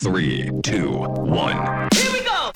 Three, two, one. Here we go.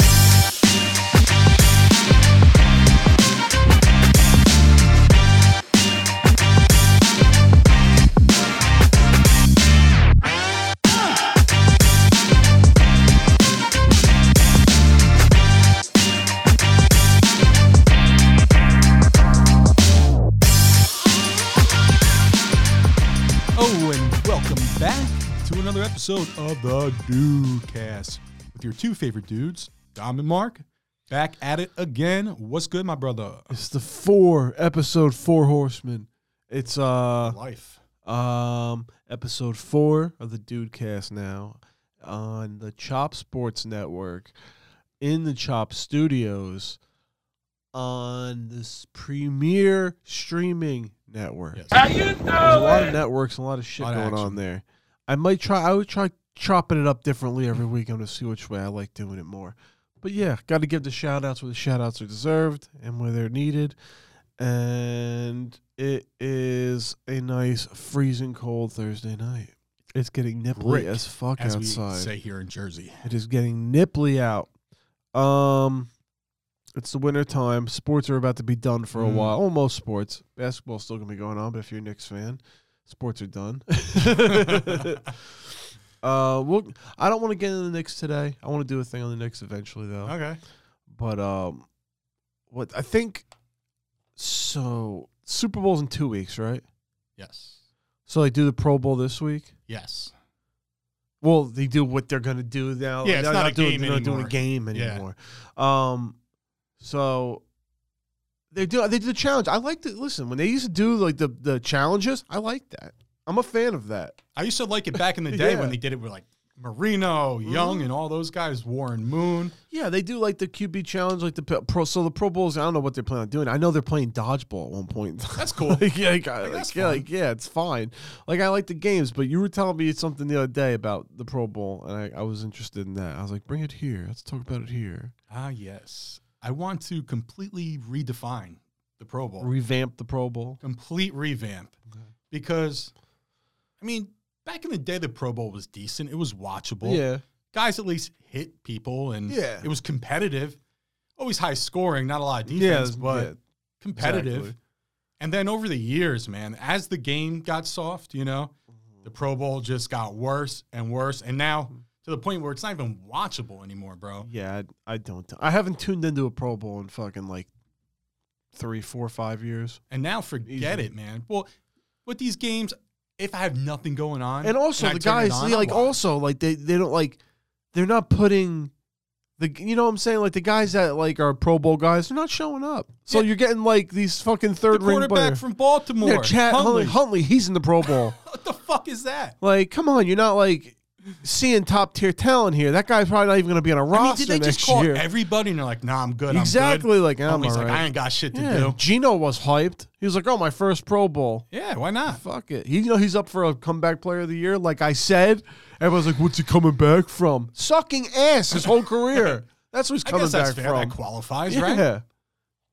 Oh, and welcome back to another episode of the Dudecast with your two favorite dudes, Dom and Mark. Back at it again. What's good, my brother? It's the four episode four horsemen. It's uh Life. um episode four of the Dudecast now on the Chop Sports Network in the Chop Studios on this premier streaming network. Yes. There's a lot of networks, a lot of shit Lot of going action. on there. I might try. I would try chopping it up differently every week. I'm gonna see which way I like doing it more. But yeah, got to give the shout outs where the shout outs are deserved and where they're needed. And it is a nice freezing cold Thursday night. It's getting nipply Brick, as fuck As we outside. say here in Jersey. It is getting nipply out. Um, it's the winter time. Sports are about to be done for a Mm. while. Almost sports. Basketball's still gonna be going on, but if you're a Knicks fan, sports are done. uh, we'll, I don't want to get into the Knicks today. I want to do a thing on the Knicks eventually, though. Okay. But um, what I think so Super Bowl's in two weeks, right? Yes. So they do the Pro Bowl this week. Yes. Well, they do what they're gonna do now. Yeah, it's they're not a doing, game they're not doing anymore. a game Yeah. anymore. Um, so they do they do the challenge. I like to listen when they used to do like the the challenges. I like that. I'm a fan of that. I used to like it back in the day Yeah. when they did it with like Marino, Young, and all those guys, Warren Moon. Yeah, they do like the QB challenge, like the p- pro. So the Pro Bowls. I don't know what they're planning on doing. I know they're playing dodgeball at one point. That's cool. like, yeah, like, I- like, that's yeah, fun. like, yeah, it's fine. Like I like the games, but you were telling me something the other day about the Pro Bowl, and I, I was interested in that. I was like, bring it here. Let's talk about it here. Ah, yes. I want to completely redefine the Pro Bowl. Revamp the Pro Bowl. complete revamp Okay. because I mean, back in the day the Pro Bowl was decent. It was watchable. yeah. Guys at least hit people and Yeah. it was competitive. Always high scoring, not a lot of Yeah, defense, it's- but yeah, competitive. exactly. And then over the years, man, as the game got soft, you know, Mm-hmm. the Pro Bowl just got worse and worse. And now to the point where it's not even watchable anymore, bro. Yeah, I, I don't. I haven't tuned into a Pro Bowl in fucking like three, four, five years. And now forget Easy. it, man. Well, with these games, if I have nothing going on, And also I the turn it guys, on, yeah, I'll like watch. also like they they don't like they're not putting the you know what I'm saying like the guys that like are Pro Bowl guys they're not showing up. So Yeah. you're getting like these fucking third the ring quarterback player. from Baltimore. yeah, Chad Huntley. Huntley. Huntley, he's in the Pro Bowl. What the fuck is that? like, come on, you're not like seeing top tier talent here. That guy's probably not even going to be on a I mean, roster did they next just call year. everybody and they're like, "Nah, I'm good." exactly, I'm like good. I'm Huntley's all like, right. "I ain't got shit to Yeah, do." Gino was hyped. He was like, "Oh, my first Pro Bowl. Yeah, why not? Fuck it." He, you know, he's up for a comeback player of the year. Like I said, everyone's like, "What's he coming back from?" Sucking ass his whole career. That's what he's I coming guess that's back fair. from. That qualifies, yeah, right?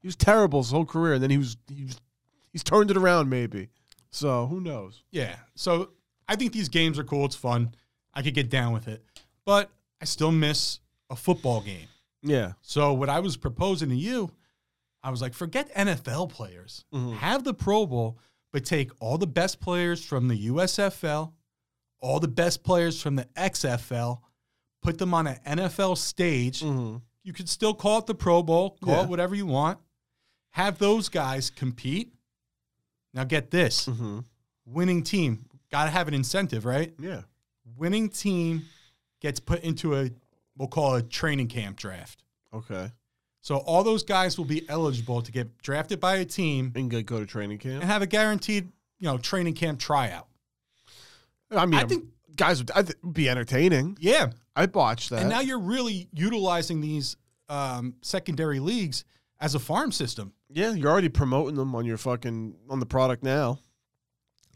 he was terrible his whole career, and then he was, he was he's turned it around maybe. So who knows? Yeah. So I think these games are cool. It's fun. I could get down with it, but I still miss a football game. Yeah, So what I was proposing to you, I was like, forget NFL players. Mhm. Have the Pro Bowl, but take all the best players from the USFL, all the best players from the XFL, put them on an NFL stage. mm-hmm. You could still call it the Pro Bowl, call Yeah. it whatever you want. Have those guys compete. Now get this. Mm-hmm. Winning team, got to have an incentive, right? yeah, Winning team gets put into a we'll call it a training camp draft. okay, So all those guys will be eligible to get drafted by a team and go- go to training and camp. have a guaranteed, you know, training camp tryout. I mean, I think, guys would I th- be entertaining. yeah. I botched that. And now you're really utilizing these um, secondary leagues as a farm system. Yeah, you're already promoting them on your fucking on the product now.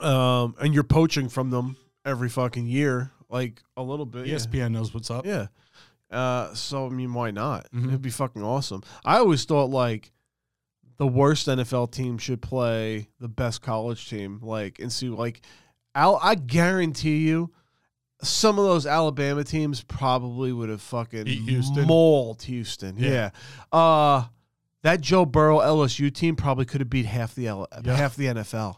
Um, and you're poaching from them every fucking year, like a little bit. yeah. ESPN knows what's up. Yeah. Uh, so I mean, why not? Mhm. It'd be fucking awesome. I always thought like the worst NFL team should play the best college team, like and see like I'll I guarantee you some of those Alabama teams probably would have fucking Eat Houston. mauled Houston. Yeah. Yeah. Uh that Joe Burrow LSU team probably could have beat half the L- Yeah. half the NFL.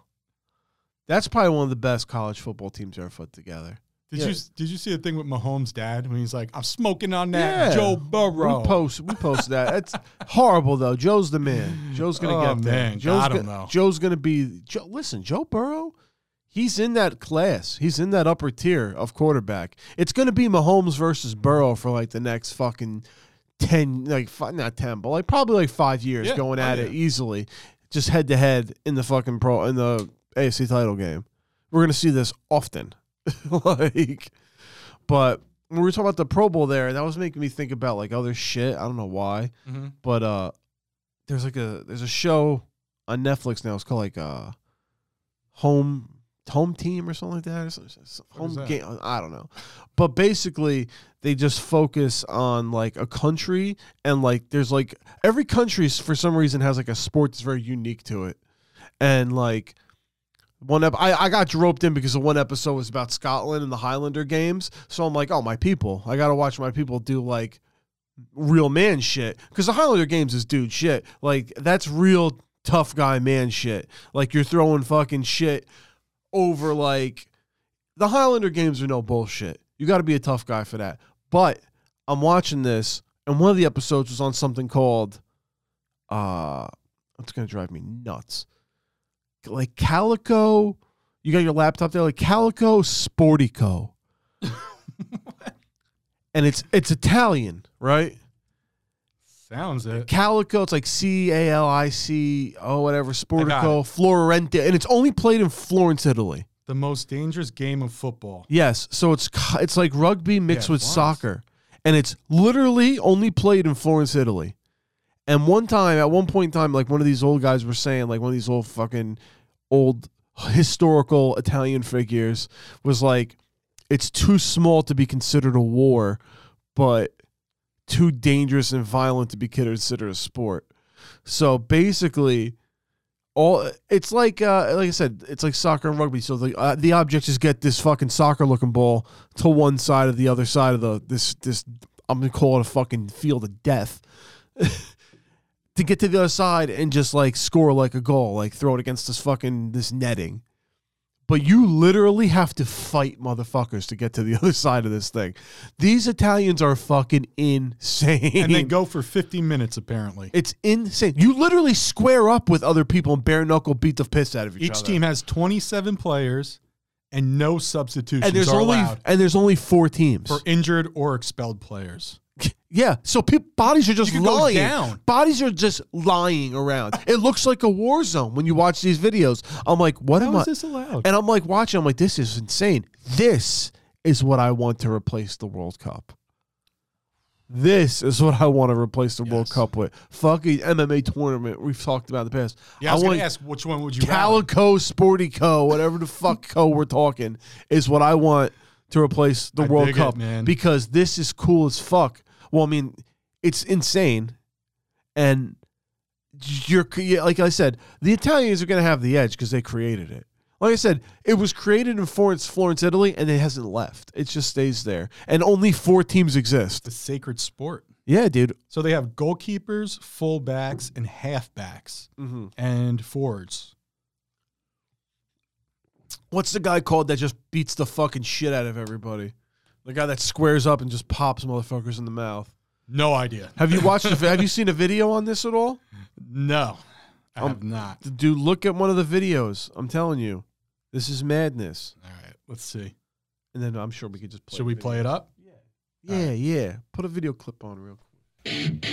That's probably one of the best college football teams ever put together. Did Yeah. you did you see the thing with Mahomes' dad when he's like, "I'm smoking on that Yeah. Joe We Burrow"? post we posted that. That's horrible though. Joe's the man. Joe's gonna Oh, get there. man. Joe's Got him, gonna, though. Joe's gonna be. Joe, listen, Joe Burrow. He's in that class. He's in that upper tier of quarterback. It's gonna be Mahomes versus Burrow for like the next fucking ten, like fi- not ten, but like probably like five years Yeah. going Oh, at yeah. it easily, just head to head in the fucking pro in the AFC title game. We're gonna see this often, like. But when we were talking about the Pro Bowl there, that was making me think about like other shit. I don't know why, Mhm. but uh, there's like a there's a show on Netflix now. It's called like uh, home home team or something like that, or something, is home that? game. I don't know, but basically they just focus on like a country and like there's like every country s- for some reason has like a sport that's very unique to it, and like one ep- I, I got roped in because the one episode was about Scotland and the Highlander games. So I'm like, oh my people. I gotta watch my people do like real man shit. Because the Highlander games is dude shit. Like that's real tough guy man shit. Like you're throwing fucking shit over like the Highlander games are no bullshit. You gotta be a tough guy for that. But I'm watching this and one of the episodes was on something called uh it's gonna drive me nuts like Calico. You got your laptop there, like Calico Sportico, and it's it's Italian, right? Sounds it. Calico, it's like C A L I C O, whatever. got Sportico, Florente, and it's only played in Florence, Italy. The most dangerous game of football. Yes, so it's co- it's like rugby mixed Yeah, with Florence. soccer, and it's literally only played in Florence, Italy. And one time, at one point in time, like one of these old guys were saying, like one of these old fucking old historical Italian figures was like, it's too small to be considered a war, but too dangerous and violent to be considered a sport. So basically, all it's like uh, like I said, it's like soccer and rugby. So the uh, the object is get this fucking soccer looking ball to one side of the other side of the this this I'm gonna call it a fucking field of death. to get to the other side and just like score like a goal, like throw it against this fucking this netting. But you literally have to fight motherfuckers to get to the other side of this thing. These Italians are fucking insane. And they go for 50 minutes apparently. It's insane. You literally square up with other people and bare knuckle beat the piss out of each, Each other. team has 27 players and no substitutions and there's are only allowed and there's only four teams. for injured or expelled players. yeah, so peop bodies are just You could go lying. down. Bodies are just lying around. It looks like a war zone when you watch these videos. I'm like, what am How I? is this allowed? And I'm like watching. I'm like, this is insane. This is what I want to replace the World Cup. This is what I want to replace the World Yes. Cup with. Fucking MMA tournament we've talked about in the past. yeah, I was going want- to ask which one would you rather? Calico Sporty Co, whatever the fuck co we're talking, is what I want to replace the I World dig it, Cup, man. Because this is cool as fuck. Well, I mean, it's insane, and you're yeah, like I said, the Italians are gonna have the edge because they created it. Like I said, it was created in Florence, Florence, Italy, and it hasn't left. It just stays there, and only four teams exist. The sacred sport. Yeah, dude. So they have goalkeepers, fullbacks, and halfbacks, Mm-hmm. and forwards. What's the guy called that just beats the fucking shit out of everybody? The guy that squares up and just pops motherfuckers in the mouth. No idea. Have you watched? the, have you seen a video on this at all? No, I Um, have not. Dude, look at one of the videos. I'm telling you, this is madness. All right, let's see. And then I'm sure we could just play. Should we play it up? Yeah, yeah. Put a video clip on real quick.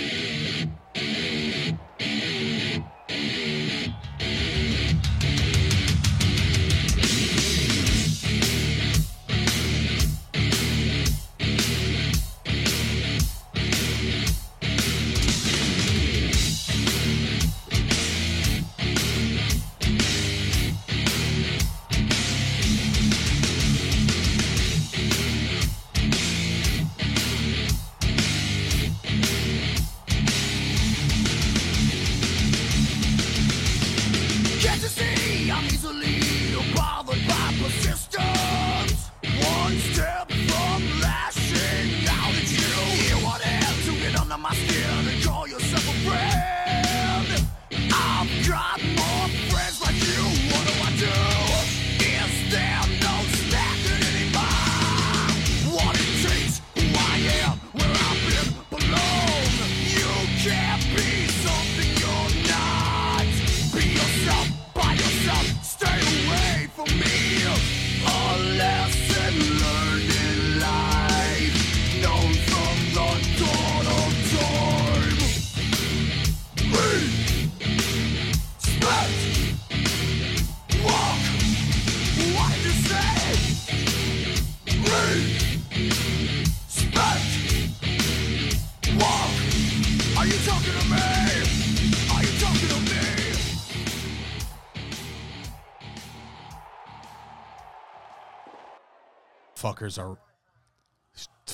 motherfuckers are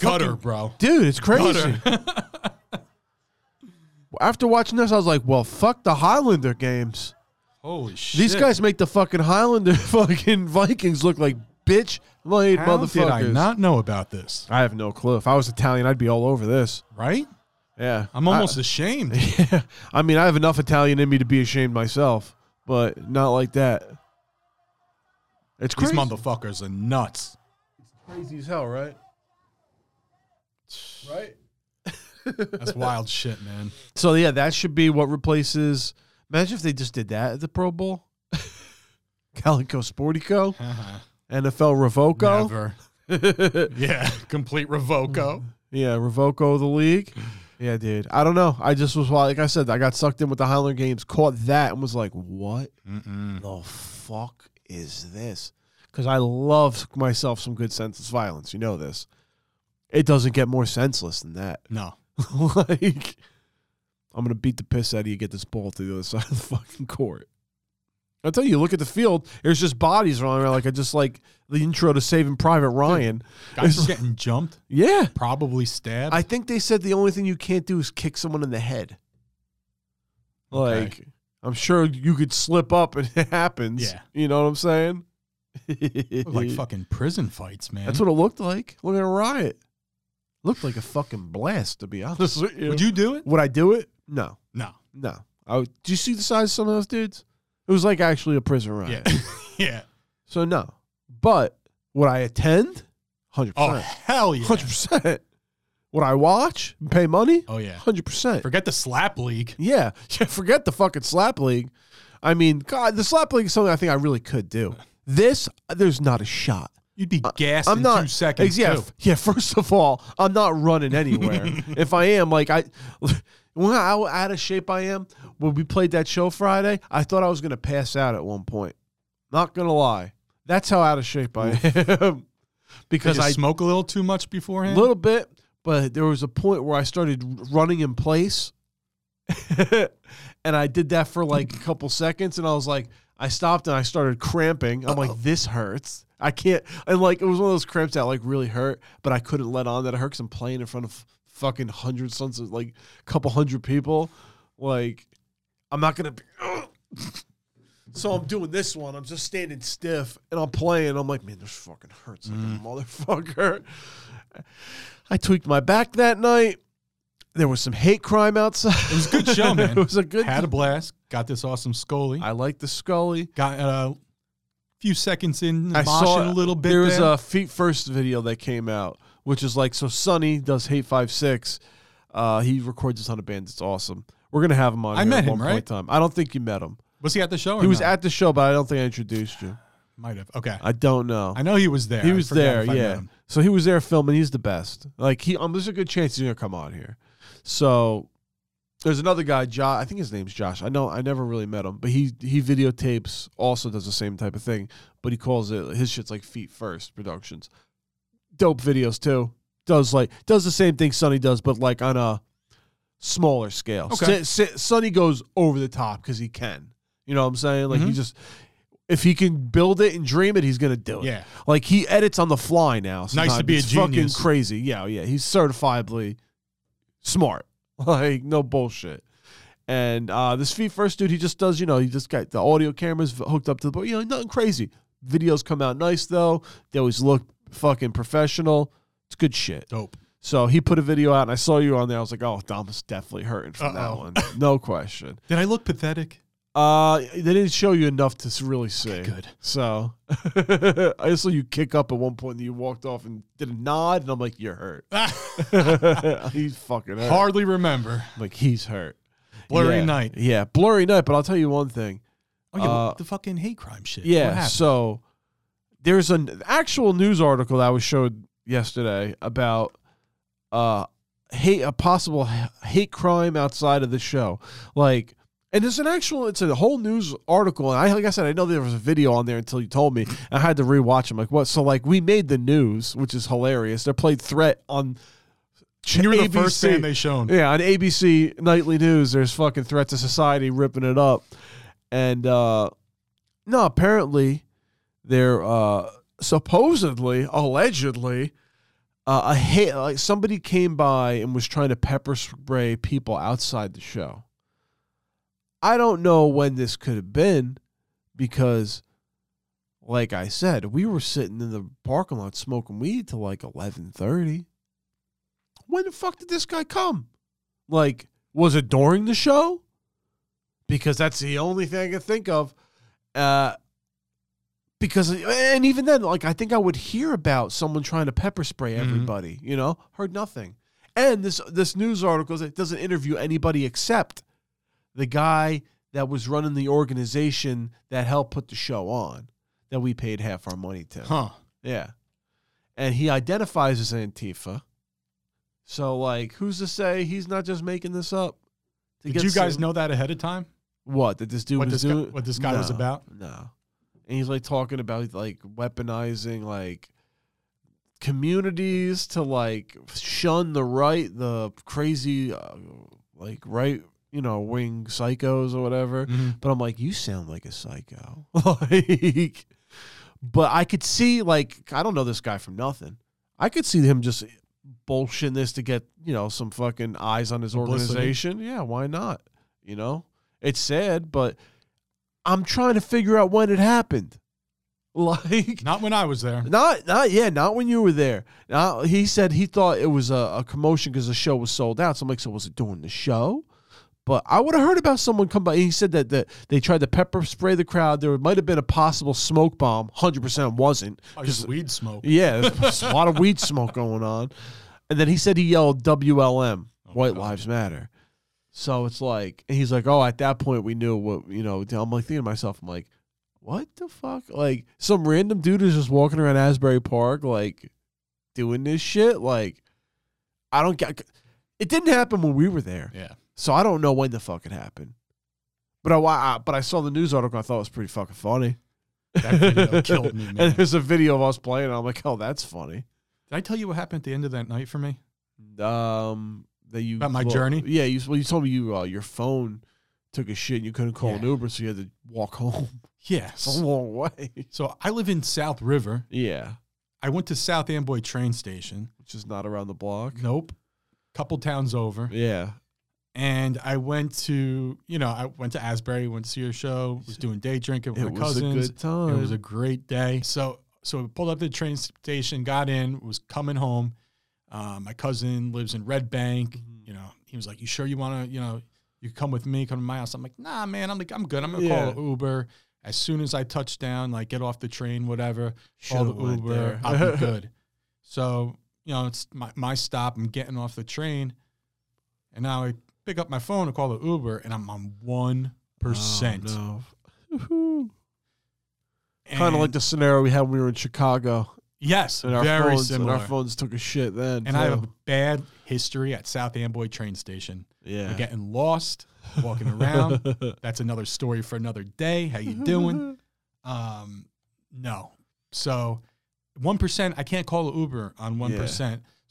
gutter, bro. Dude, it's crazy. Gutter. After watching this, I was like, well, fuck the Highlander games. Holy shit! These guys make the fucking Highlander fucking Vikings look like bitch laid How motherfuckers. did I not know about this? I have no clue. If I was Italian, I'd be all over this. Right? Yeah. I'm almost ashamed. I, I mean, I have enough Italian in me to be ashamed myself, but not like that. It's These crazy. motherfuckers are nuts. crazy as hell, right? Right? That's wild shit, man. So yeah, that should be what replaces. Imagine if they just did that at the Pro Bowl. Calico Sportico, NFL Revoco. Never. Yeah, complete revoco. yeah, Revoco the league. Yeah, dude. I don't know. I just was like I said, I got sucked in with the Highlander games, caught that, and was like, what the fuck is this? Because I love myself some good senseless violence. You know this. It doesn't get more senseless than that. No. like I'm gonna beat the piss out of you. Get this ball to the other side of the fucking court. I tell you, you look at the field. There's just bodies rolling around. Like I just like the intro to Saving Private Ryan. Guys It's- getting jumped, Yeah, probably stabbed. I think they said the only thing you can't do is kick someone in the head. Okay. Like I'm sure you could slip up and it happens. Yeah. you know what I'm saying. like fucking prison fights, man. That's what it looked like. Look at a riot. Looked like a fucking blast, to be honest with you. Would you do it? Would I do it? No. No. No. I would, do you see the size of some of those dudes? It was like actually a prison riot. Yeah. yeah. So no. But would I attend? Hundred Oh percent. hell yeah. Hundred percent. Would I watch? and Pay money? Oh yeah. Hundred percent. Forget the slap league. Yeah. Yeah. Forget the fucking slap league. I mean, God, the slap league is something I think I really could do. This, there's not a shot. You'd be gassed I'm in not two seconds. Yeah, too. f- yeah. First of all, I'm not running anywhere. if I am, like I, when I how out of shape I am. When we played that show Friday, I thought I was gonna pass out at one point. Not gonna lie, that's how out of shape I am. Did because you I smoke a little too much a beforehand. little bit, but there was a point where I started running in place, and I did that for like a couple seconds, and I was like, I stopped and I started cramping. I'm like, this hurts. I can't, and like it was one of those cramps that like really hurt, but I couldn't let on that it hurt because I'm playing in front of fucking hundreds, sons of like a couple hundred people. Like, I'm not gonna be. So I'm doing this one. I'm just standing stiff and I'm playing. I'm like, man, this fucking hurts like a motherfucker. I tweaked my back that night. There was some hate crime outside. It was a good show, man. it was a good. Had a blast. Got this awesome Scully. I like the Scully. Got a few seconds in. I saw moshing a little bit. There was there. a feet first video that came out, which is like so. Sonny does hate five six. Uh, he records a ton of bands. It's awesome. We're gonna have him on. I here met at him, one point right? in Time. I don't think you met him. Was he at the show? Or He was no? at the show, but I don't think I introduced you. Might have. Okay. I, I don't know. know he was there. He I was forgot there, if I met yeah. him. So he was there filming. He's the best. Like he, um, there's a good chance he's gonna come on here. So there's another guy, Josh. I think his name's Josh. I know. I never really met him, but he he videotapes. Also does the same type of thing, but he calls it his shit's like Feet First Productions. Dope videos too. Does like does the same thing Sonny does, but like on a smaller scale. Okay. S- S- Sonny goes over the top because he can. You know what I'm saying? Like he Mhm. just. If he can build it and dream it, he's gonna do it. Yeah. Like he edits on the fly now. to sometimes. be a it's genius. Fucking crazy. Yeah, yeah. He's certifiably smart. Like no bullshit. And uh, this feet first dude, he just does. You know, he just got the audio cameras hooked up to the. You know, nothing crazy. Videos come out nice though. They always look fucking professional. It's good shit. Dope. So he put a video out, and I saw you on there. I was like, oh, Dom is definitely hurting Uh-oh. from that one. No question. Did I look pathetic? Uh, they didn't show you enough to s- really see. good. So I saw you kick up at one point, and you walked off and did a nod, and I'm like, "You're hurt." he's fucking hurt. Hardly remember. I'm Like he's hurt. Blurry Yeah. night. Yeah, blurry night. But I'll tell you one thing. Oh yeah, Uh, the fucking hate crime shit. What Yeah. happened? So there's an actual news article that was showed yesterday about uh hate a possible h- hate crime outside of the show. Like and it's an actual it's a whole news article and I like I said I know there was a video on there until you told me. I had to rewatch them like what so like we made the news which is hilarious. They played threat on And you were the ABC. first fan they shown. Yeah, on ABC nightly news, there's fucking threat to society ripping it up, and uh, no, apparently they're uh, supposedly, allegedly, uh, a hit like somebody came by and was trying to pepper spray people outside the show. I don't know when this could have been because like I said, we were sitting in the parking lot smoking weed till like 11:30. When the fuck did this guy come? Like was it during the show? Because that's the only thing I can think of. Uh because and even then like i think i would hear about someone trying to pepper spray everybody you know heard nothing and this this news article says it doesn't interview anybody except the guy that was running the organization that helped put the show on that we paid half our money to Huh. yeah and he identifies as antifa so like who's to say he's not just making this up to Did get you guys some- know that ahead of time? what that this dude What this was guy- doing? what this guy was about? No, and he's like talking about like weaponizing like communities to like shun the right, the crazy uh, like right, you know, wing psychos or whatever. Mm-hmm. But I'm like, you sound like a psycho. like, but I could see like I don't know this guy from nothing. I could see him just bullshitting this to get you know some fucking eyes on his Publicity. organization. Yeah, why not? You know, it's sad, but I'm trying to figure out when it happened. Like, Not when I was there. not, not, yeah, not when you were there. Now he said he thought it was a, a commotion because the show was sold out. So I'm like, so was it during the show? But I would have heard about someone come by. He said that, that they tried to pepper spray the crowd. There might have been a possible smoke bomb. Hundred percent wasn't. Oh, just weed smoke. Yeah, there's a lot of weed smoke going on. And then he said he yelled WLM, Oh, White Lives Matter. So it's like, and he's like, oh, at that point we knew what, you know, I'm like thinking to myself, I'm like, what the fuck? Like, some random dude is just walking around Asbury Park, like, doing this shit. Like, I don't get it. Didn't happen when we were there. Yeah. So I don't know when the fuck it happened. But I, I but I saw the news article. I thought it was pretty fucking funny. That video killed me, man. And there's a video of us playing. And I'm like, oh, that's funny. Did I tell you what happened at the end of that night for me? Um, that you About my well, journey? Yeah, you well, you told me you uh, your phone took a shit. and You couldn't call an Yeah. Uber, so you had to walk home. It's Yes. a long way. Oh. So I live in South River. Yeah, I went to South Amboy train station. which is not around the block. Nope. Couple towns over. Yeah, And I went to, you know, I went to Asbury, went to see your show, was doing day drinking with it my was cousins. a good time. It was a great day. So so we pulled up to the train station, got in, was coming home. Uh, my cousin lives in Red Bank. Mm-hmm. You know, he was like, "You sure you want to? You know, you can come with me, come to my house." I'm like, "Nah, man. I'm like, I'm good. I'm gonna Yeah. call an Uber as soon as I touch down. Like, get off the train, whatever. Call Should've the went Uber. there. I'll be good." So you know, it's my my stop. I'm getting off the train, and now I pick up my phone to call the Uber, and I'm on one percent. Oh, no. Kind of like the scenario we had when we were in Chicago, yes, and our very phones and similar. our phones took a shit then. And I have a too. bad history at South Amboy train station. yeah. Getting lost, walking around. That's another story for another day. How you doing? Um, no. So, one percent. I can't call an Uber on one So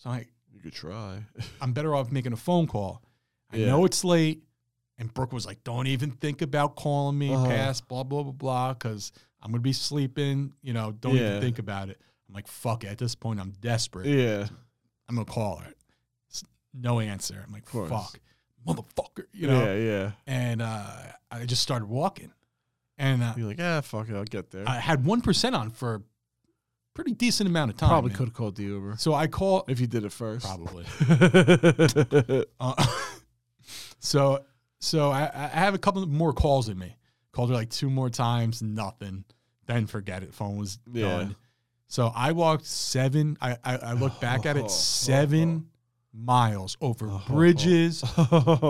I, You could try. I'm better off making a phone call. I Yeah. know it's late. And Brooke was like, "Don't even think about calling me Uh-huh. past blah blah blah blah because I'm gonna be sleeping. You know, don't Yeah. even think about it." I'm like, "Fuck it." At this point, I'm desperate. Yeah. I'm gonna call her. S- No answer. I'm like, course. fuck, motherfucker, you know. Yeah, yeah. And uh, I just started walking, and uh, You're like, ah, fuck it, I'll get there. I had one percent on for a pretty decent amount of time. Probably man. could have called the Uber So I call if you did it first. probably. Probably. Uh, so so I, I have a couple more calls in me. Called her like two more times, nothing. Then forget it. Phone was Yeah. done. So I walked seven. I I, I look back at it seven miles over bridges.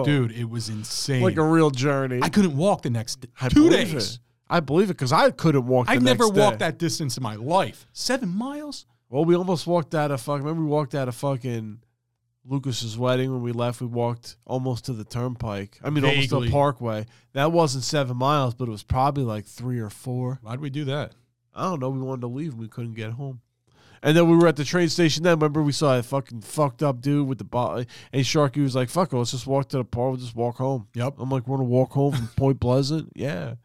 Dude, it was insane. Oh. like a real journey. I couldn't walk the next d- I two believe days. it. I believe it because I couldn't walk. I the never next walked day. that distance in my life. Seven miles? Well, we almost walked out of fuck. Remember, we walked out of fucking Lucas's wedding when we left. We walked almost to the turnpike. I mean, almost to Vaguely. the parkway. That wasn't seven miles, but it was probably like three or four. Why'd we do that? I don't know. We wanted to leave. We couldn't get home. And then we were at the train station. Then remember we saw a fucking fucked up dude with the bottle. And Sharky was like, "Fuck it, let's just walk to the park. We'll just walk home." Yep. I'm like, "We're gonna walk home from Point Pleasant." Yeah.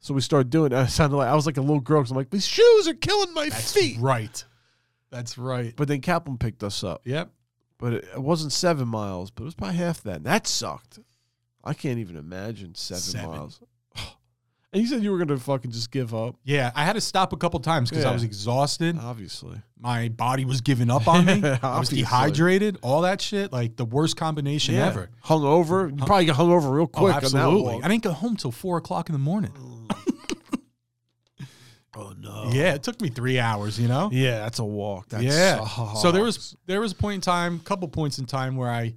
So we started doing. It. I sounded like I was like a little girl because I'm like, these shoes are killing my That's feet. right. That's right. But then Kaplan picked us up. Yep. But it, it wasn't seven miles, but it was probably half that. And that sucked. I can't even imagine seven, Seven. miles. And you said you were gonna fucking just give up. Yeah, I had to stop a couple times because I Yeah. was exhausted. Obviously. My body was giving up on me. I was Obviously. dehydrated. All that shit. Like the worst combination ever. Hung over. You probably got hung over real Oh, quick. on that absolutely. walk. I didn't go home till four o'clock in the morning. Oh no. Yeah, it took me three hours. You know. Yeah, that's a walk. That yeah. So there was sucks. there was a point in time, couple points in time where I,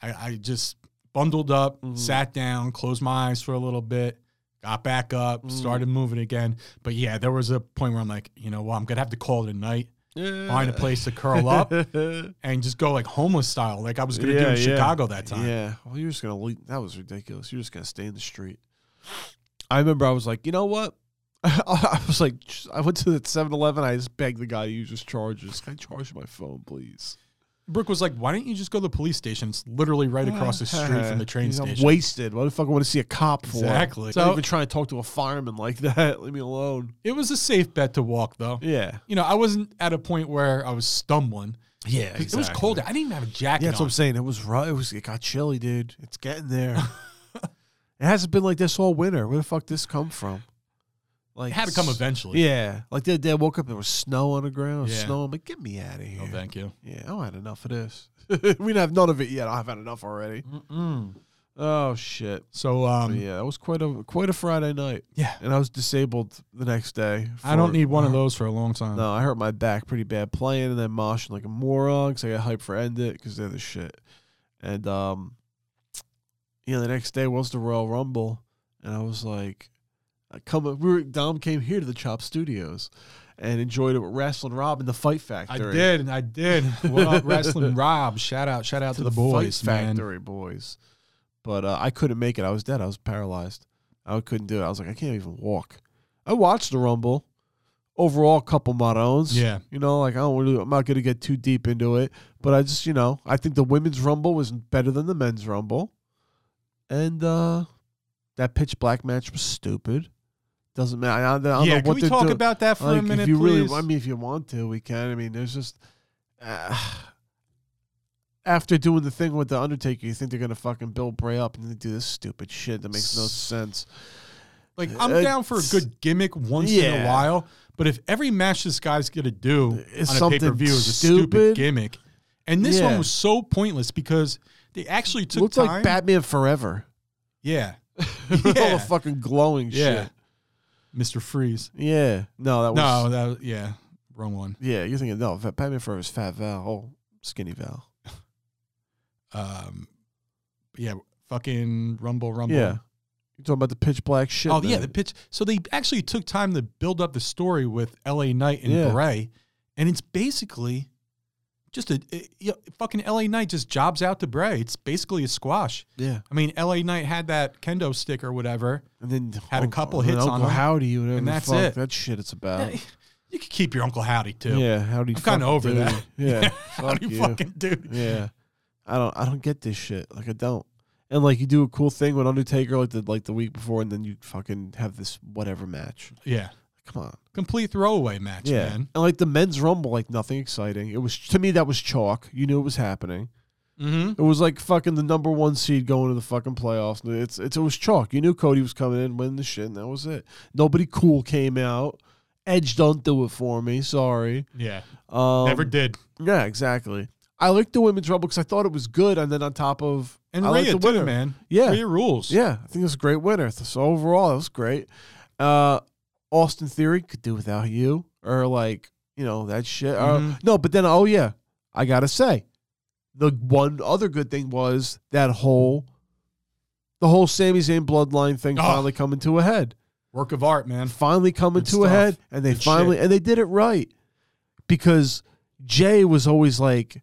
I, I just bundled up, Mhm. sat down, closed my eyes for a little bit, got back up, Mhm. started moving again. But yeah, there was a point where I'm like, you know what, I'm gonna have to call it a night, find a place to curl up, and just go like homeless style, like I was gonna do Yeah, in yeah. Chicago that time. Yeah. Well, you're just gonna leave. That was ridiculous. You're just gonna stay in the street. I remember I was like, you know what? I was like, just- I went to the 7-Eleven. I just begged the guy to use his chargers. Can I charge my phone, please? Brooke was like, why don't you just go to the police station? It's literally right across the street from the train You know, I'm station. wasted. Why the fuck I want to see a cop for? Exactly. So, not So- even trying to talk to a fireman like that. Leave me alone. It was a safe bet to walk though. Yeah. You know, I wasn't at a point where I was stumbling. Yeah. 'Cause It was cold. out. I didn't even have a jacket. Yeah, that's what on. I'm saying. It was rough. It was it got chilly, dude. It's getting there. it hasn't been like this all winter. Where the fuck this come from? Like It had to come eventually. Yeah, like the other day I woke up there was snow on the ground. Yeah. Snow. I'm like, get me out of here. No, thank you. yeah, I had enough of this. we don't have none of it yet. I've had enough already. Oh shit. So, But um, yeah, yeah, that was quite a quite a Friday night, and I was disabled the next day. I don't for- uh, need one of those for a long time. No, I hurt my back pretty bad playing and then moshing like a moron because I got hyped for End It because they're the shit. And, um, you know, the next day was the Royal Rumble. And I was like, I come, we were, Dom came here to the Chop Studios and enjoyed it with Wrestling Rob in the Fight I Factory. did, and I did. What up, wrestling Rob? Shout out, shout out to, the, boys, Fight man. Factory boys. But uh, I couldn't make it. I was dead. I was paralyzed. I couldn't do it. I was like, I can't even walk. I watched the Rumble. Overall, a couple marons. Yeah, You know, like I don't really, I'm not going to get too deep into it, but I just, you know, I think the women's rumble was better than the men's rumble. And uh that pitch black match was stupid. Doesn't matter. I don't, I don't yeah. know Can what we they're talk doing. about that for like, a minute, if you please? really, I mean, if you want to, we can. I mean, there's just uh, after doing the thing with the Undertaker, you think they're gonna fucking build Bray up and they do this stupid shit that makes no sense. like, I'm uh, down for a good gimmick once in a yeah. while, but if every match this guy's gonna do Is on a pay something per view is a stupid. stupid gimmick, and this one Yeah. was so pointless because they actually took Looks time. like Batman Forever. yeah, All Yeah. the fucking glowing yeah, shit. Mr. Freeze. Yeah. No, that was No, that was- yeah, wrong one. Yeah, you're thinking no. Fat Batman Forever is Fat Val, oh, Skinny Val. Um, yeah, fucking Rumble, Rumble. Yeah, you're talking about the pitch black shit. Oh yeah, man. the pitch. So they actually took time to build up the story with L.A. Knight and Yeah. Beret, and it's basically just a it- yeah, fucking L.A. Knight just jobs out to Bray. It's basically a squash. yeah. I mean, L.A. Knight had that kendo stick or whatever. And then Had a Uncle- couple and hits Uncle on him. Howdy, whatever. And the that's fuck it. That shit. It's about. you could keep your Uncle Howdy too. Yeah, Howdy. I'm kinda fuck over dude. that. Yeah, fuck Howdy you. fucking dude. Yeah, I don't. I don't get this shit. Like I don't. And like you do a cool thing with Undertaker, like the like the week before, and then you fucking have this whatever match. Yeah, Come on. complete throwaway match, Yeah. man. And like the men's rumble, like nothing exciting. It was to me that was chalk. You knew it was happening. Mm-hmm. It was like fucking the number one seed going to the fucking playoffs. It's, it's it was chalk. You knew Cody was coming in, winning the shit, and that was it. Nobody cool came out. Edge don't do it for me. Sorry. Yeah, Um, never did. Yeah, exactly. I liked the women's rumble because I thought it was good, and then on top of And I liked Rhea the winner. too, man. Yeah. Rhea rules. Yeah, I think it was a great winner. So overall, that was great. Uh, Austin Theory could do without you, or like you know that shit. Or- Mhm. no, but then oh yeah, I gotta say, the one other good thing was that whole, the whole Sami Zayn bloodline thing Oh. finally coming to a head. work of art, man. Finally coming Good to a stuff. head, and they Good finally and they did it right because Jay was always like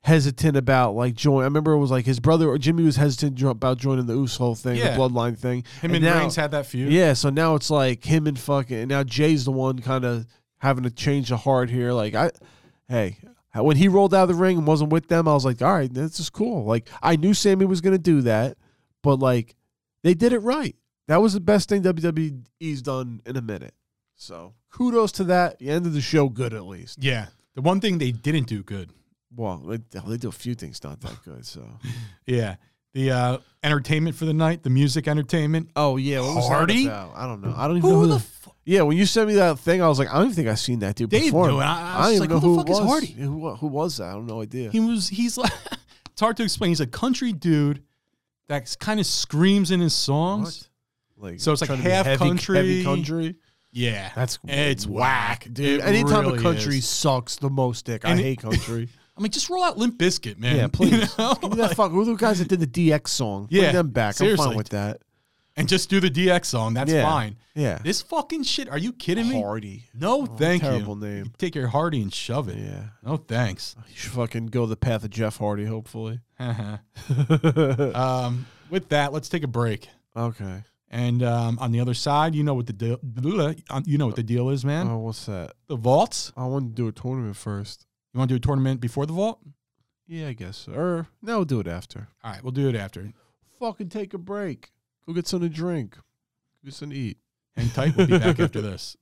hesitant about like join. I remember it was like his brother or Jimmy was hesitant jo- about joining the Uso thing, Yeah. the bloodline thing. Him and, Reigns had that feud. Yeah, so now it's like him and fucking and now Jay's the one kind of having to change the heart here. Like I, hey, when he rolled out of the ring and wasn't with them, I was like, all right, this is cool. Like I knew Sammy was gonna do that, but like they did it right. That was the best thing WWE's done in a minute. So kudos to that. You ended the show good at least. Yeah. The one thing they didn't do good. Well, they, hell, they do a few things not that good. So Yeah. The uh, entertainment for the night, the music entertainment. oh yeah, what was that Hardy? about? I don't know. I don't even know Who who the the- fuck? yeah. When you sent me that thing, I was like, I don't even think I've seen that dude They before. knew it. I- I was don't like, even know who the who fuck is it was. Hardy? Yeah, Who, who was that? I have no idea. He was, he's like, it's hard to explain. He's a country dude that kind of screams in his songs. Like So it's like trying to be half heavy- country. heavy country. Yeah. That's It's whack, dude. It Anytime really a country is. sucks the most, dick. I And it- hate country. I mean, just roll out Limp Biscuit, man. yeah, please. You know? Give me that fuck. Who are the guys that did the DX song? Yeah, Bring them back. I'm seriously. fine with that. and just do the DX song. That's Yeah. fine. Yeah. This fucking shit. Are you kidding me? Hardy. No, thank terrible you. name. You Take your Hardy and shove it. Yeah. No thanks. You should fucking go the path of Jeff Hardy, hopefully. um, with that, let's take a break. Okay. And um, on the other side, you know what the deal, you know what the deal is, man. Oh, what's that? The vaults. I want to do a tournament first. You want to do a tournament before the vault? Yeah, I guess. So. Or no, we'll do it after. All right, we'll do it after. Fucking take a break. Go get something to drink. Go get something to eat. Hang tight. We'll be back after this.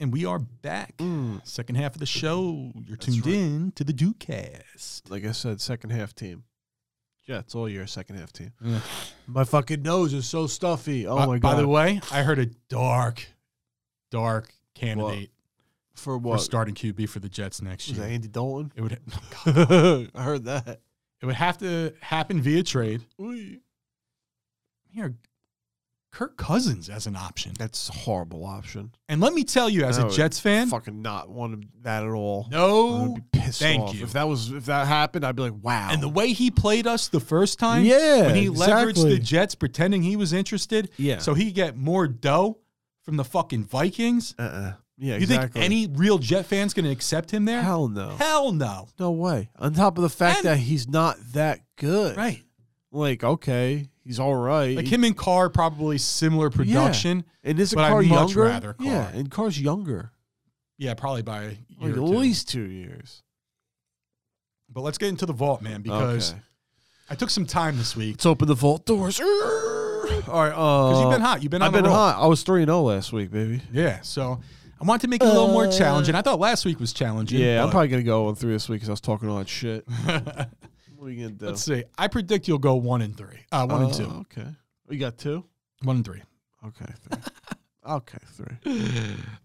And we are back. Mm. Second half of the show. You're That's tuned right. in to the Dukecast. Like I said, second half team. Yeah, it's all your second half team. Yeah. My fucking nose is so stuffy. Oh by, my god! By the way, I heard a dark, dark candidate for for what? starting QB for the Jets next was year. that Andy Dalton? It would I heard that. it would have to happen via trade. Ooh. Here, Kirk Cousins as an option. That's a horrible option. And let me tell you, as I a would Jets fan, Fucking not want that at all. I'd no. be pissed thank off. you. If that was if that happened, I'd be like, wow. And the way he played us the first time, yeah, when he leveraged the exactly. Jets, pretending he was interested, yeah. so he get more dough from the fucking Vikings. uh-uh. yeah, You exactly. think any real Jet fan's gonna accept him there? hell no, Hell no. no way. On top of the fact And- that he's not that good, Right. Like okay, he's all right. Like him and Carr, probably similar production. and is but I'd car much younger? rather Carr. Yeah, and car's younger, Yeah, probably by a year like at or two. least two years. But let's get into the vault, man, because Okay. I took some time this week. let's open the vault doors. Err. All right, Because uh, you've been hot. You've been on I've a been roll. hot. I was three and zero last week, baby. Yeah. So I wanted to make it a little more Uh, challenging. I thought last week was challenging. Yeah, I'm but- probably gonna go on three this week because I was talking all that shit. What are you gonna do? let's see. I predict you'll go one and three. Uh, one and Uh, two. Okay, you got two. One and three. Okay, three. okay, three.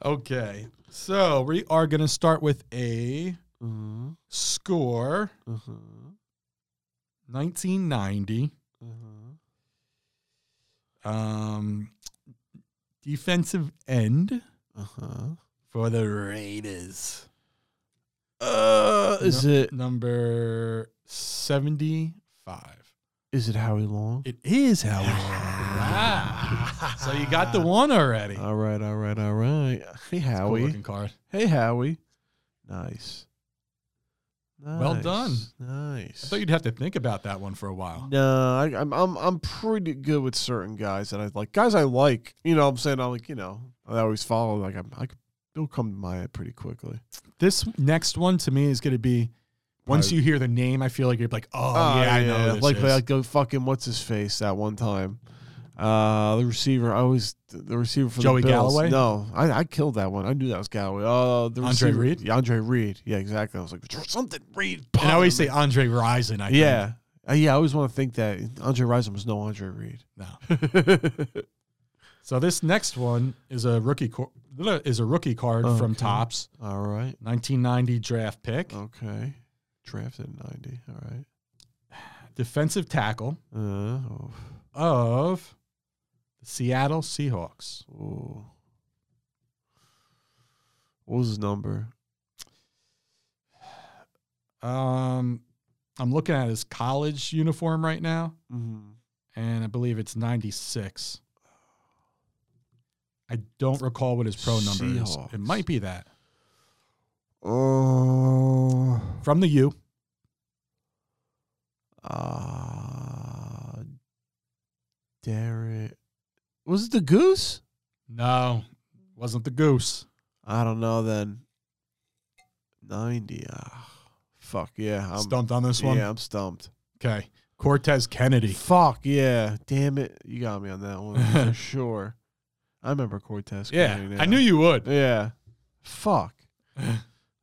Okay. So we are going to start with a Uh-huh. score Uh-huh. 1990. Uh-huh. Um, defensive end Uh-huh. for the Raiders. Uh, is No- it number 75? is it Howie Long? It is Halloween. wow. So you got the one already. All right, all right, all right. Hey Cool Howie. looking card. Hey Howie. Nice. nice. Well done. I Nice. thought you'd have to think about that one for a while. No, I, I'm I'm I'm pretty good with certain guys that I like. Guys I like, you know. what I'm saying I'm like, you know, I always follow. Like I'm, I could, they'll come to my head pretty quickly. This next one to me is going to be once Probably- you hear the name, I feel like you're like, oh, yeah, I know. who This Ah, Like is. like go fucking what's his face that one time. Uh, the receiver. I always the receiver for Joey the Bills. Galloway? No, I, I killed that one. I knew that was Galloway. Uh, the Andre receiver- Reed? Yeah, Andre Reed. Yeah, exactly. I was like something Reed. and I always pop say Andre Rison. I him. yeah, Uh, yeah. I always want to think that Andre Rison was no Andre Reed. Think. No. So this next one is a rookie cor- is a rookie card from Okay. Tops, All right. 1990 draft pick, Okay. Drafted in ninety. All right. defensive tackle Uh, oh, of the Seattle Seahawks. oh. What was his number? Um, I'm looking at his college uniform right now, Mm-hmm. and I believe it's 96. I don't recall what his pro number is. It Seahawks. might be that. Oh. From the U, Uh, Derek. Was it the goose? no, wasn't the goose. I don't know then. 90. Ah, fuck yeah. I'm Stumped on this one. Um, Yeah, I'm stumped. Okay. Of Cortez Kennedy. Fuck yeah! Damn it, you got me on that one for sure. I remember Cortez. Yeah, Kennedy I now. knew you would. Yeah. Fuck.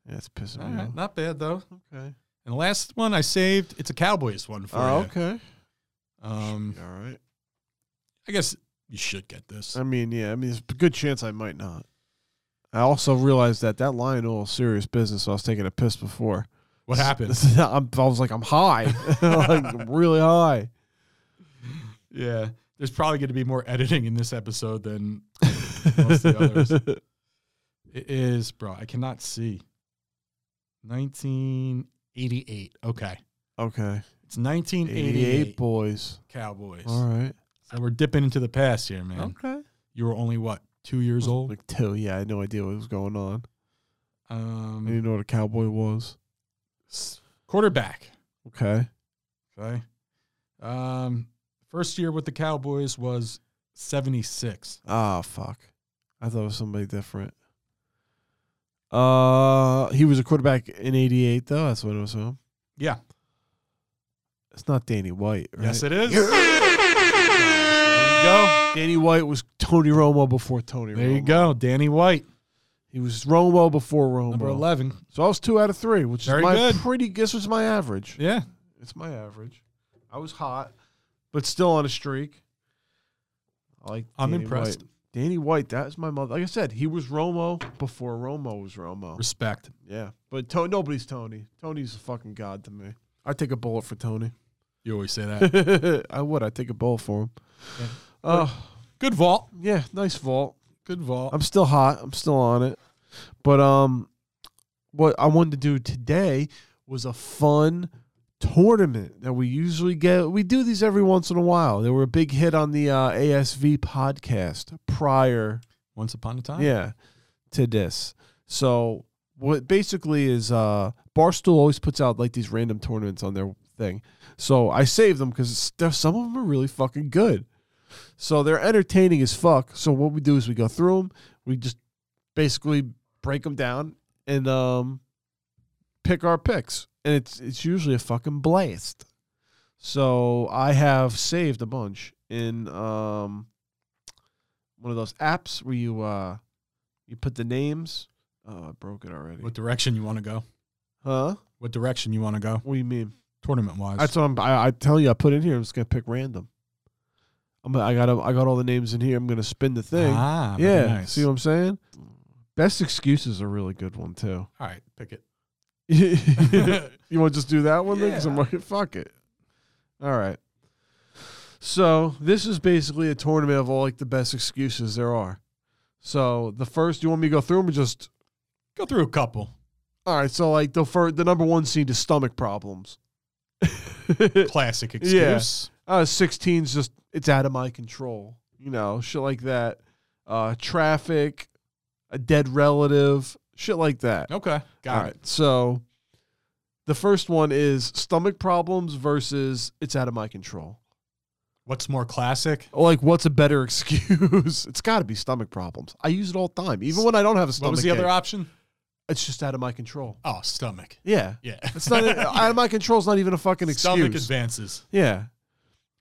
That's pissing All me right, not bad though. off. Okay. And the last one I saved, it's a Cowboys one for Oh, you. okay. Um, All right. I guess you should get this. I mean, yeah. I mean, there's a good chance I might not. I also realized that that Lionel is serious business. So I was taking a piss before. What happened? I'm, I was like, I'm high, like I'm really high. Yeah, there's probably going to be more editing in this episode than most of the others. It is, bro. I cannot see. 1988. Okay, okay, it's 1988 88 boys. Cowboys. All right. So we're dipping into the past here, man. Okay. You were only what two years old? Mm-hmm. Like two. Yeah, I had no idea what was going on. I Um, didn't know what a cowboy was. s- quarterback. Okay. Okay. Um, first year with the Cowboys was 76. Ah, fuck. I thought it was somebody different. Uh, he was a quarterback in '88, though. That's when it was him. Yeah. It's not Danny White, right? Yes, it is. there you Danny White was Tony Romo before Tony. go. There you Romo. go. Danny White, He was Romo before Romo. number 11. So I was two out of three, which Very is my good. pretty. This was my average. Yeah. It's my average. I was hot, but still on a streak. I like. I'm Danny impressed. White. Danny White. That is my mother. Like I said, he was Romo before Romo was Romo. Respect. Yeah, but to- nobody's Tony. Tony's a fucking god to me. I take a bullet for Tony. You always say that. I would. I would take a bullet for him. Yeah. Oh Good vault. yeah, nice vault. Good vault. I'm still hot. I'm still on it. But um, what I wanted to do today was a fun tournament that we usually get. We do these every once in a while. They were a big hit on the uh, ASV podcast prior Once upon a time. yeah to this so what basically is uh barstool always puts out like these random tournaments on their thing so i save them because some of them are really fucking good so they're entertaining as fuck so what we do is we go through them we just basically break them down and um pick our picks and it's it's usually a fucking blast so i have saved a bunch in um one of those apps where you uh you put the names. Oh, I broke it already. What direction you want to go? huh? What direction you want to go? What do you mean? Tournament wise. That's what I'm. I, I tell you, I put in here. I'm just gonna pick random. I'm. I got. I got all the names in here. I'm gonna spin the thing. Ah, very yeah. nice. See what I'm saying? Best excuses is a really good one too. All right, pick it. you want to just do that one then? 'Cause I'm Yeah. like, fuck it. All right. So this is basically a tournament of all like the best excuses there are. So the first, you want me to go through them or just Go through a couple. All right, so like the first, the number one scene is stomach problems. Classic Yeah. excuse. uh, 16's just it's out of my control, you know, shit like that. Uh, traffic, a dead relative, shit like that. Okay. Got All it. right, so the first one is stomach problems versus it's out of my control. What's more classic? Like, what's a better excuse? it's got to be stomach problems. I use it all the time, even when I don't have a stomach. What was the other option? It's just out of my control. Oh, stomach. Yeah, Yeah. it's not out of my control. Is not even a fucking excuse. Stomach advances. Yeah.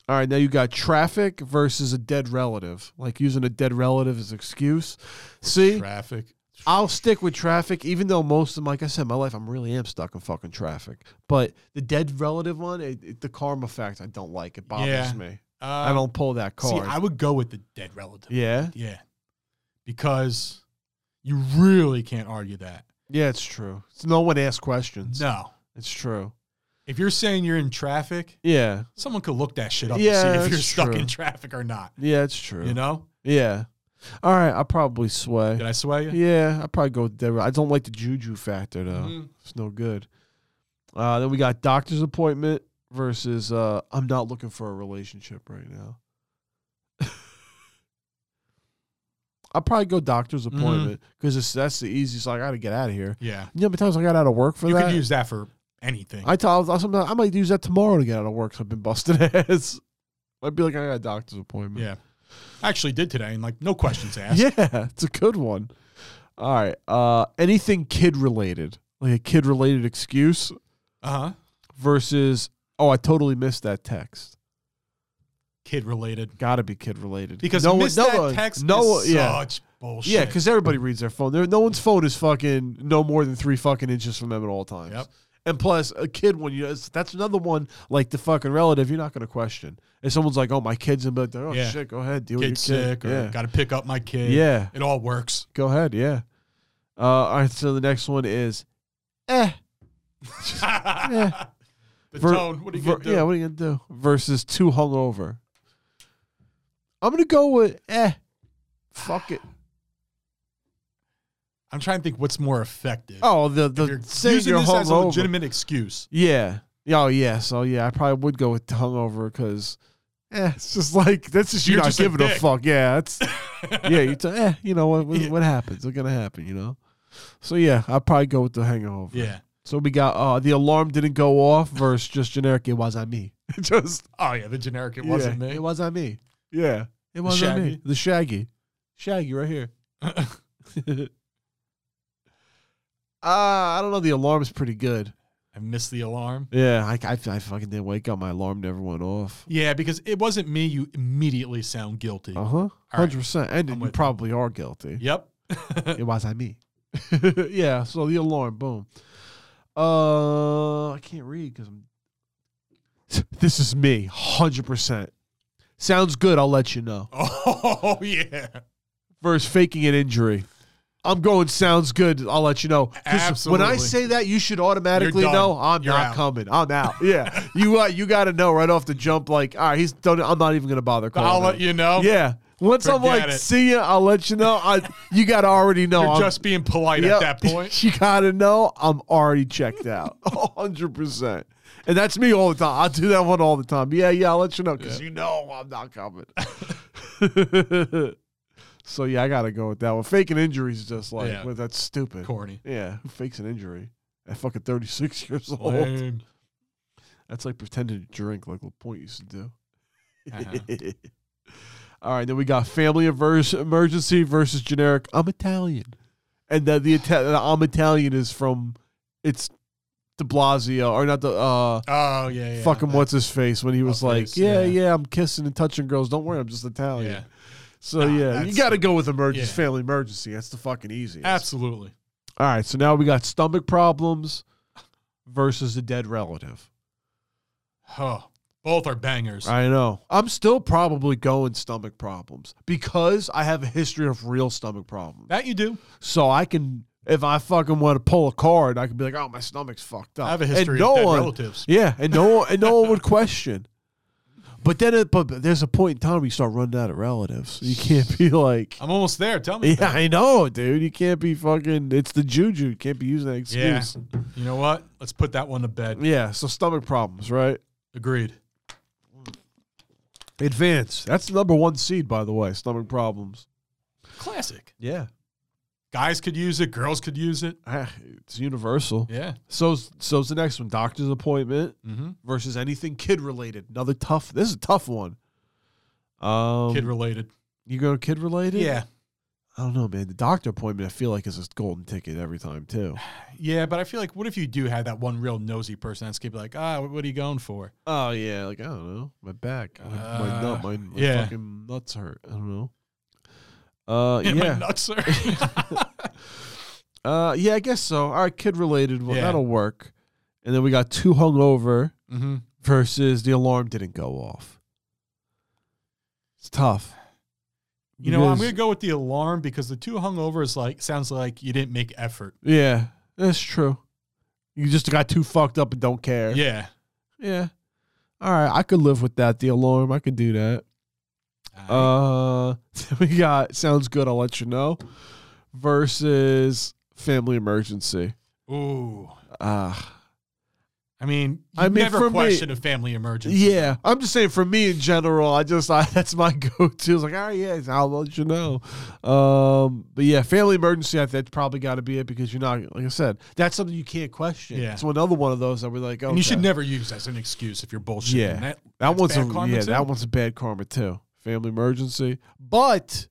All right, now you got traffic versus a dead relative. Like using a dead relative as excuse. See, Traffic. I'll stick with traffic, even though most of, like I said, my life, I'm really am stuck in fucking traffic. But the dead relative one, it, it- the karma fact, I don't like. It bothers Yeah. me. Uh, I don't pull that see. card. I would go with the dead relative. yeah, Yeah. Because you really can't argue that. yeah, it's true. It's no one asks questions. No. It's true. If you're saying you're in traffic, Yeah, someone could look that shit up Yeah, to see if that's you're stuck true. in traffic or not. yeah, it's true. You know? Yeah. All right, I'll probably sway. Did I sway you? yeah, I'll probably go with dead. I don't like the juju factor though. Mhm. It's no good. Uh, then we got doctor's appointment versus uh, I'm not looking for a relationship right now. I'll probably go doctor's Mm-hmm. appointment because that's the easiest. Like, I got to get out of here. Yeah. You know how many times I got out of work for You that? could use that for anything. I tell I sometimes I might use that tomorrow to get out of work. So I've been busted ass. I'd be like, I got a doctor's appointment. yeah. I actually did today and like no questions asked. Yeah, it's a good one. All right. Uh, anything kid related, like a kid related excuse. Uh huh. versus oh, I totally missed that text. Kid related. Got to be kid related Because no one- miss no that one- text no one- is yeah. such bullshit. Yeah, because everybody reads their phone. There, no one's phone is fucking no more than three fucking inches from them at all times. Yep. And plus, a kid when you it's- that's another one like the fucking relative. You're not going to question if someone's like, "Oh, my kid's in bed." Oh Yeah. shit, go ahead, deal kid's with your kid. sick or yeah, got to pick up my kid. yeah, It all works. go ahead, yeah. Uh, all right, so the next one is, eh, the Ver- tone. What are you going ver- to do? yeah, what are you gonna do versus too hungover? I'm gonna go with eh, fuck it. I'm trying to think what's more effective. Oh, the If the you're saying using you're this as a hungover. legitimate excuse. Yeah. Oh yeah. So yeah, I probably would go with hungover because, eh, it's just like that's just you You're not just a giving a, dick. fuck. Yeah, it's yeah. You t- eh, you know what? What, Yeah. what happens? It's gonna happen. You know. So yeah, I'll probably go with the hangover. Yeah. So we got uh the alarm didn't go off versus just generic. It wasn't me. just Oh yeah, the generic. It wasn't yeah, me. It wasn't me. Yeah. It wasn't me. Shaggy. The shaggy, shaggy right here. uh, Ah, I don't know. The alarm's pretty good. I missed the alarm. Yeah, I, I, I fucking didn't wake up. My alarm never went off. Yeah, because it wasn't me. You immediately sound guilty. Uh huh. right. Hundred percent. And I'm you with you. probably are guilty. Yep. It wasn't me. yeah. So the alarm, boom. Uh, I can't read because I'm. This is me, hundred percent. Sounds good. I'll let you know. Oh yeah. Versus faking an injury. I'm going. Sounds good. I'll let you know. 'Cause When I Absolutely. say that, you should automatically You're done. know I'm You're not out. coming. I'm out. Yeah. you uh, you got to know right off the jump. Like, all right, he's done. I'm not even going to bother calling. I'll him. let you know. Yeah. Once I'm Forget like, it. see ya, I'll let you know. I you gotta already know. You're I'm, just being polite Yep. at that point. you gotta know I'm already checked out. hundred percent. And that's me all the time. I do that one all the time. Yeah, yeah, I'll let you know because you know I'm not coming. so yeah, I gotta go with that one. Faking injuries is just like Yeah. well, that's stupid. Corny. Yeah, who fakes an injury? At fucking 36 years old. Lame. That's like pretending to drink like LaPointe used to do. Uh-huh. All right, then we got family averse emergency versus generic. I'm Italian, and the the, Ita- the I'm Italian is from it's De Blasio or not the uh Oh yeah. yeah. fucking what's his face when he was like Fuckface, yeah, yeah. yeah I'm kissing and touching girls don't worry I'm just Italian Yeah. so Nah, yeah you that's- got to go with emergency yeah. family emergency that's the fucking easiest Absolutely. all right so now we got stomach problems versus a dead relative Oh, both are bangers. I know. I'm still probably going stomach problems because I have a history of real stomach problems. That you do. So I can, if I fucking want to pull a card, I can be like, "Oh, my stomach's fucked up." I have a And history no of dead one, relatives. Yeah, and no one, and no one would question. But then, it, but but there's a point in time where you start running out of relatives. You can't be like, I'm almost there. Tell me. "Yeah, about it. I know, dude. You can't be fucking. It's the juju. You can't be using that excuse." Yeah. You know what? Let's put that one to bed. yeah so stomach problems, right? Agreed. Mm. Advance. That's the number one seed, by the way. Stomach problems. Classic. Yeah. Guys could use it. Girls could use it. Ah, it's universal. Yeah. So's so's the next one. Doctor's appointment Mm-hmm. versus anything kid related. Another tough. This is a tough one. Um, Kid related. you go kid related. Yeah. I don't know, man. The doctor appointment I feel like is a golden ticket every time too. Yeah, but I feel like what if you do have that one real nosy person that's gonna be like, ah, what are you going for? Oh yeah, like I don't know, my back, my, my Uh, nut, my, my yeah. fucking nuts hurt. I don't know. Uh My yeah, nuts sir. uh yeah, I guess so. All right, kid related. Well, Yeah. that'll work. And then we got two hungover mm-hmm. versus the alarm didn't go off. It's tough. You know, I'm Because- gonna go with the alarm because the two hungover is like sounds like you didn't make effort. Yeah, that's true. You just got too fucked up and don't care. Yeah. Yeah. All right, I could live with that. The alarm, I could do that. Uh, we got sounds good. I'll let you know. Versus family emergency. Ooh. Ah, I mean, you I mean, for never me- question a family emergency. yeah. I'm just saying for me in general, I just I, that's my go-to. It's like, all right, yeah, I'll let you know. Um, but yeah, family emergency. I think that's probably got to be it because you're not like I said. That's something you can't question. Yeah. So another one of those that we're like, oh, And you should never use as an excuse if you're bullshitting. Yeah. That, That That's one's a bad karma, yeah. too. That one's a bad karma too. Family emergency, but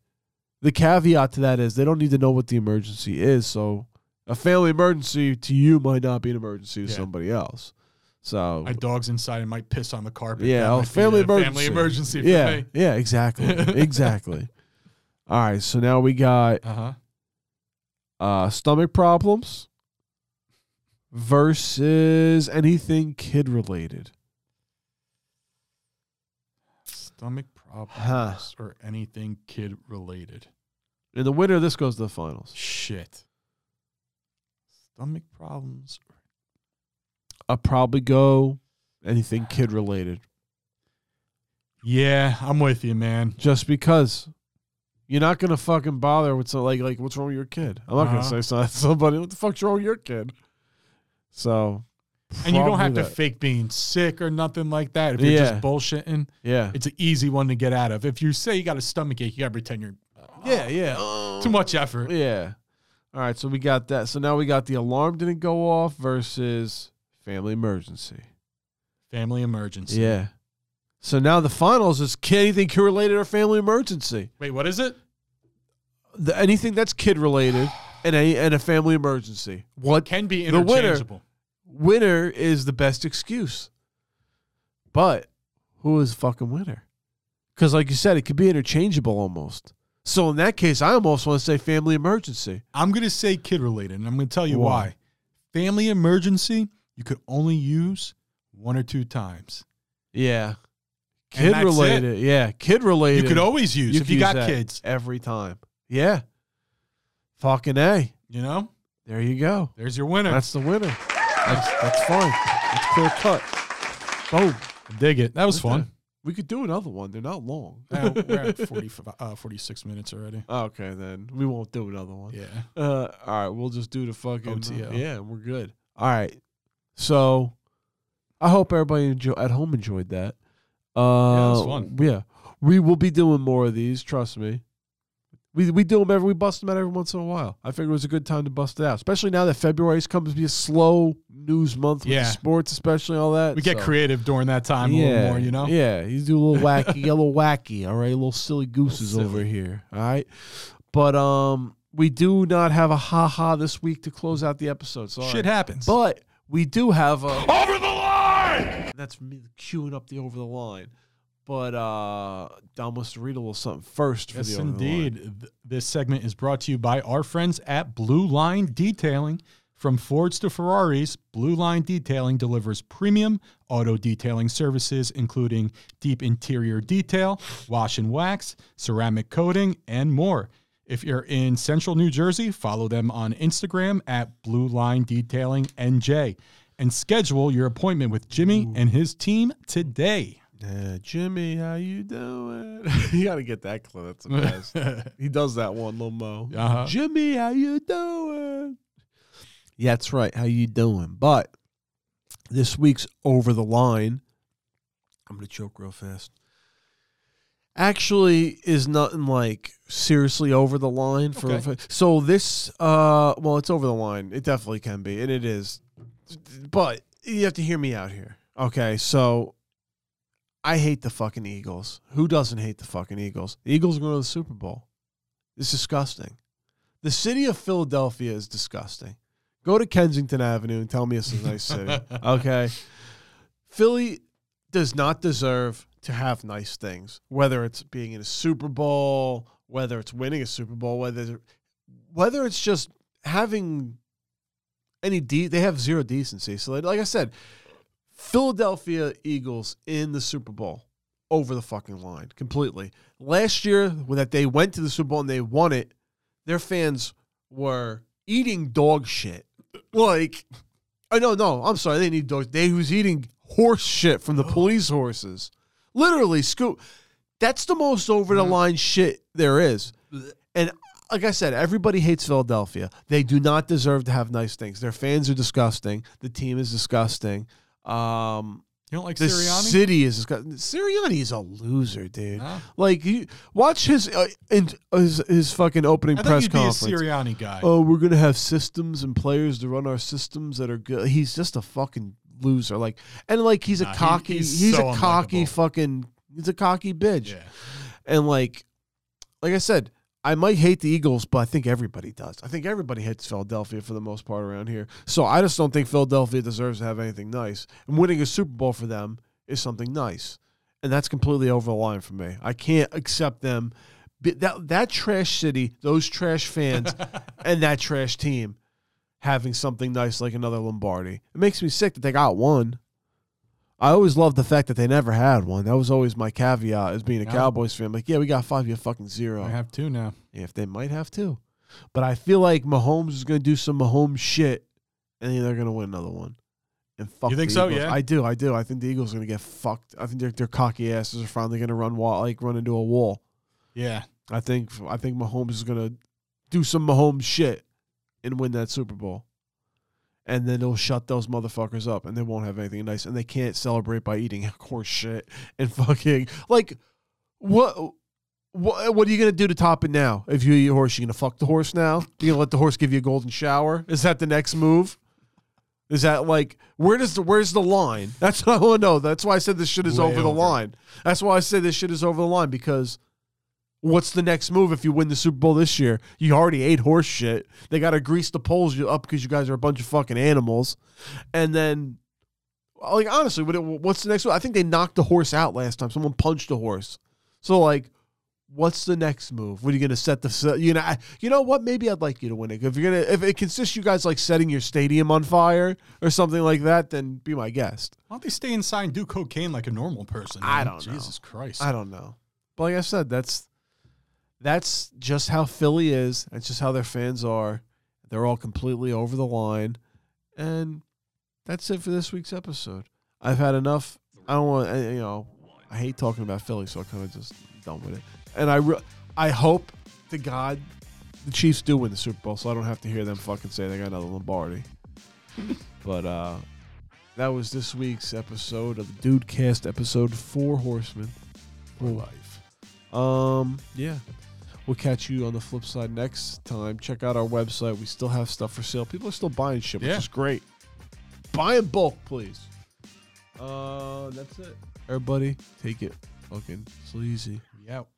the caveat to that is they don't need to know what the emergency is. So a family emergency to you might not be an emergency to Yeah. somebody else. So My dog's inside and might piss on the carpet. Yeah, That oh, might be family a emergency. Family emergency for yeah, me. yeah, exactly, exactly. All right, so now we got Uh huh. uh, stomach problems versus anything kid related. Stomach problems Huh. or anything kid related. In the winter, this goes to the finals. Shit. Stomach problems. I'll probably go anything kid related, Yeah, I'm with you, man. just because you're not gonna fucking bother with so like like what's wrong with your kid. I'm not gonna Uh-huh. say something to somebody. What the fuck's wrong with your kid? So, And you don't probably have to that. fake being sick or nothing like that. If you're Yeah. just bullshitting, yeah, it's an easy one to get out of. If you say you got a stomach ache, you gotta pretend you're yeah, yeah. too much effort. Yeah. All right, so we got that. So now we got the alarm didn't go off versus family emergency. Family emergency. Yeah. So now the finals is kid, anything kid related or family emergency. Wait, what is it? The, anything that's kid related and a and a family emergency. What Can be The winner. interchangeable. winner is the best excuse? But who is fucking winner? Because like you said, it could be interchangeable almost. So in that case, I almost want to say family emergency. I'm gonna say kid related, and I'm gonna tell you Why? why. Family emergency, you could only use one or two times. Yeah. And Kid that's it. related. Yeah. Kid related. You could always use if could you use got that kids. every time. Yeah, fucking a. You know, There you go. there's your winner. That's the winner. That's that's fine. It's clear cut. Boom. dig it. That was Look at fun. We could do another one. They're not long. Now, we're at 40, uh, 46 minutes already. okay, then we won't do another one. Yeah. Uh, all right, we'll just do the fucking OTL. Yeah, we're good. All right. So, I hope everybody enjoy, at home enjoyed that. Uh, yeah, was fun. Yeah, we will be doing more of these. Trust me. We we do them every we bust them out every once in a while. I figured it was a good time to bust it out, especially now that February's coming to be a slow news month with the Yeah. sports, especially all that. We get so- creative during that time a little more, you know? yeah, you do a little wacky, a little wacky. All right, little silly gooses silly. over here. All right, but um, we do not have a ha ha this week to close out the episode. Sorry, Shit happens. but we do have a. Over the line! That's me queuing up the over the line. But uh, Dom wants to read a little something first for yes, the over the line. indeed. Th- This segment is brought to you by our friends at Blue Line Detailing. From Fords to Ferraris, Blue Line Detailing delivers premium auto detailing services, including deep interior detail, wash and wax, ceramic coating, and more. If you're in central New Jersey, follow them on Instagram at Blue Line Detailing NJ and schedule your appointment with Jimmy and his team today. Yeah, Jimmy, how you doing? you gotta get that clip. That's the best. he does that one, Lil Mo. Uh-huh. Jimmy, how you doing? Yeah, that's right. How you doing? But this week's over the line. I'm gonna choke real fast. Actually, is nothing like seriously over the line for. Okay. So this, uh, well, it's over the line. It definitely can be, and it is. But you have to hear me out here. Okay, so I hate the fucking Eagles. Who doesn't hate the fucking Eagles? The Eagles are going to the Super Bowl. It's disgusting. The city of Philadelphia is disgusting. Go to Kensington Avenue and tell me it's a nice city. Okay. Philly does not deserve to have nice things, whether it's being in a Super Bowl, whether it's winning a Super Bowl, whether whether it's just having any de- they have zero decency. So like, like I said, Philadelphia Eagles in the Super Bowl over the fucking line completely. Last year when that they went to the Super Bowl and they won it, their fans were eating dog shit. Like Oh no, no. I'm sorry. They need dogs. They who's eating horse shit from the police horses. Literally, scoop. That's the most over the line shit there is. And like I said, everybody hates Philadelphia. They do not deserve to have nice things. Their fans are disgusting. The team is disgusting. Um, You don't like the Sirianni? city is disgusting. Sirianni is a loser, dude. Huh? Like, you, watch his uh, in, his his fucking opening I press think you'd conference be a Sirianni guy. oh, we're gonna have systems and players to run our systems that are good. He's just a fucking loser. Like and like he's a Nah, he- cocky he's, he's so a cocky unlikable. fucking he's a cocky bitch. yeah. And like like I said, I might hate the Eagles, but I think everybody does. I think everybody hates Philadelphia for the most part around here. So I just don't think Philadelphia deserves to have anything nice. And winning a Super Bowl for them is something nice, and that's completely over the line for me. I can't accept them. Bi- That that trash city, those trash fans, and that trash team having something nice like another Lombardi. It makes me sick that they got one. I always loved the fact that they never had one. That was always my caveat as being a Yeah. Cowboys fan. Like, yeah, we got five, you have fucking zero. I have two now. if they might have to. But I feel like Mahomes is going to do some Mahomes shit, and then they're going to win another one. And fuck You think the so? Eagles. Yeah. I do. I do. I think the Eagles are going to get fucked. I think their, their cocky asses are finally going to run wall, like run into a wall. Yeah. I think I think Mahomes is gonna do some Mahomes shit and win that Super Bowl, and then it'll shut those motherfuckers up, and they won't have anything nice, and they can't celebrate by eating horse shit and fucking like what. What, what are you gonna do to top it now? If you eat a horse, you gonna fuck the horse now? You gonna let the horse give you a golden shower? Is that the next move? Is that like where does the where's the line? That's what I want to know. That's why I said this shit is Way over the over. line. That's why I say this shit is over the line because what's the next move if you win the Super Bowl this year? You already ate horse shit. They got to grease the polls you up because you guys are a bunch of fucking animals. And then, uh, like, honestly, what, what's the next move? I think they knocked the horse out last time. Someone punched a horse. So, like, what's the next move? What are you going to set the, you know, I, you know what? Maybe I'd like you to win it. If you're going to, if it consists you guys like setting your stadium on fire or something like that, then be my guest. Why don't they stay inside and do cocaine like a normal person? I man? don't know. Jesus Christ. I don't know. But like I said, that's that's just how Philly is. It's just how their fans are. They're all completely over the line. And that's it for this week's episode. I've had enough. I don't want I- you know. I hate talking about Philly, so I kind of just done with it. And I re- I hope to God the Chiefs do win the Super Bowl, so I don't have to hear them fucking say they got another Lombardi. but uh, that was this week's episode of the Dudecast, episode Four Horsemen. For life. Um, yeah. We'll catch you on the flip side next time. Check out our website. We still have stuff for sale. People are still buying shit, Yeah. which is great. Buy in bulk, please. Uh, that's it. Everybody, take it fucking sleazy. We out.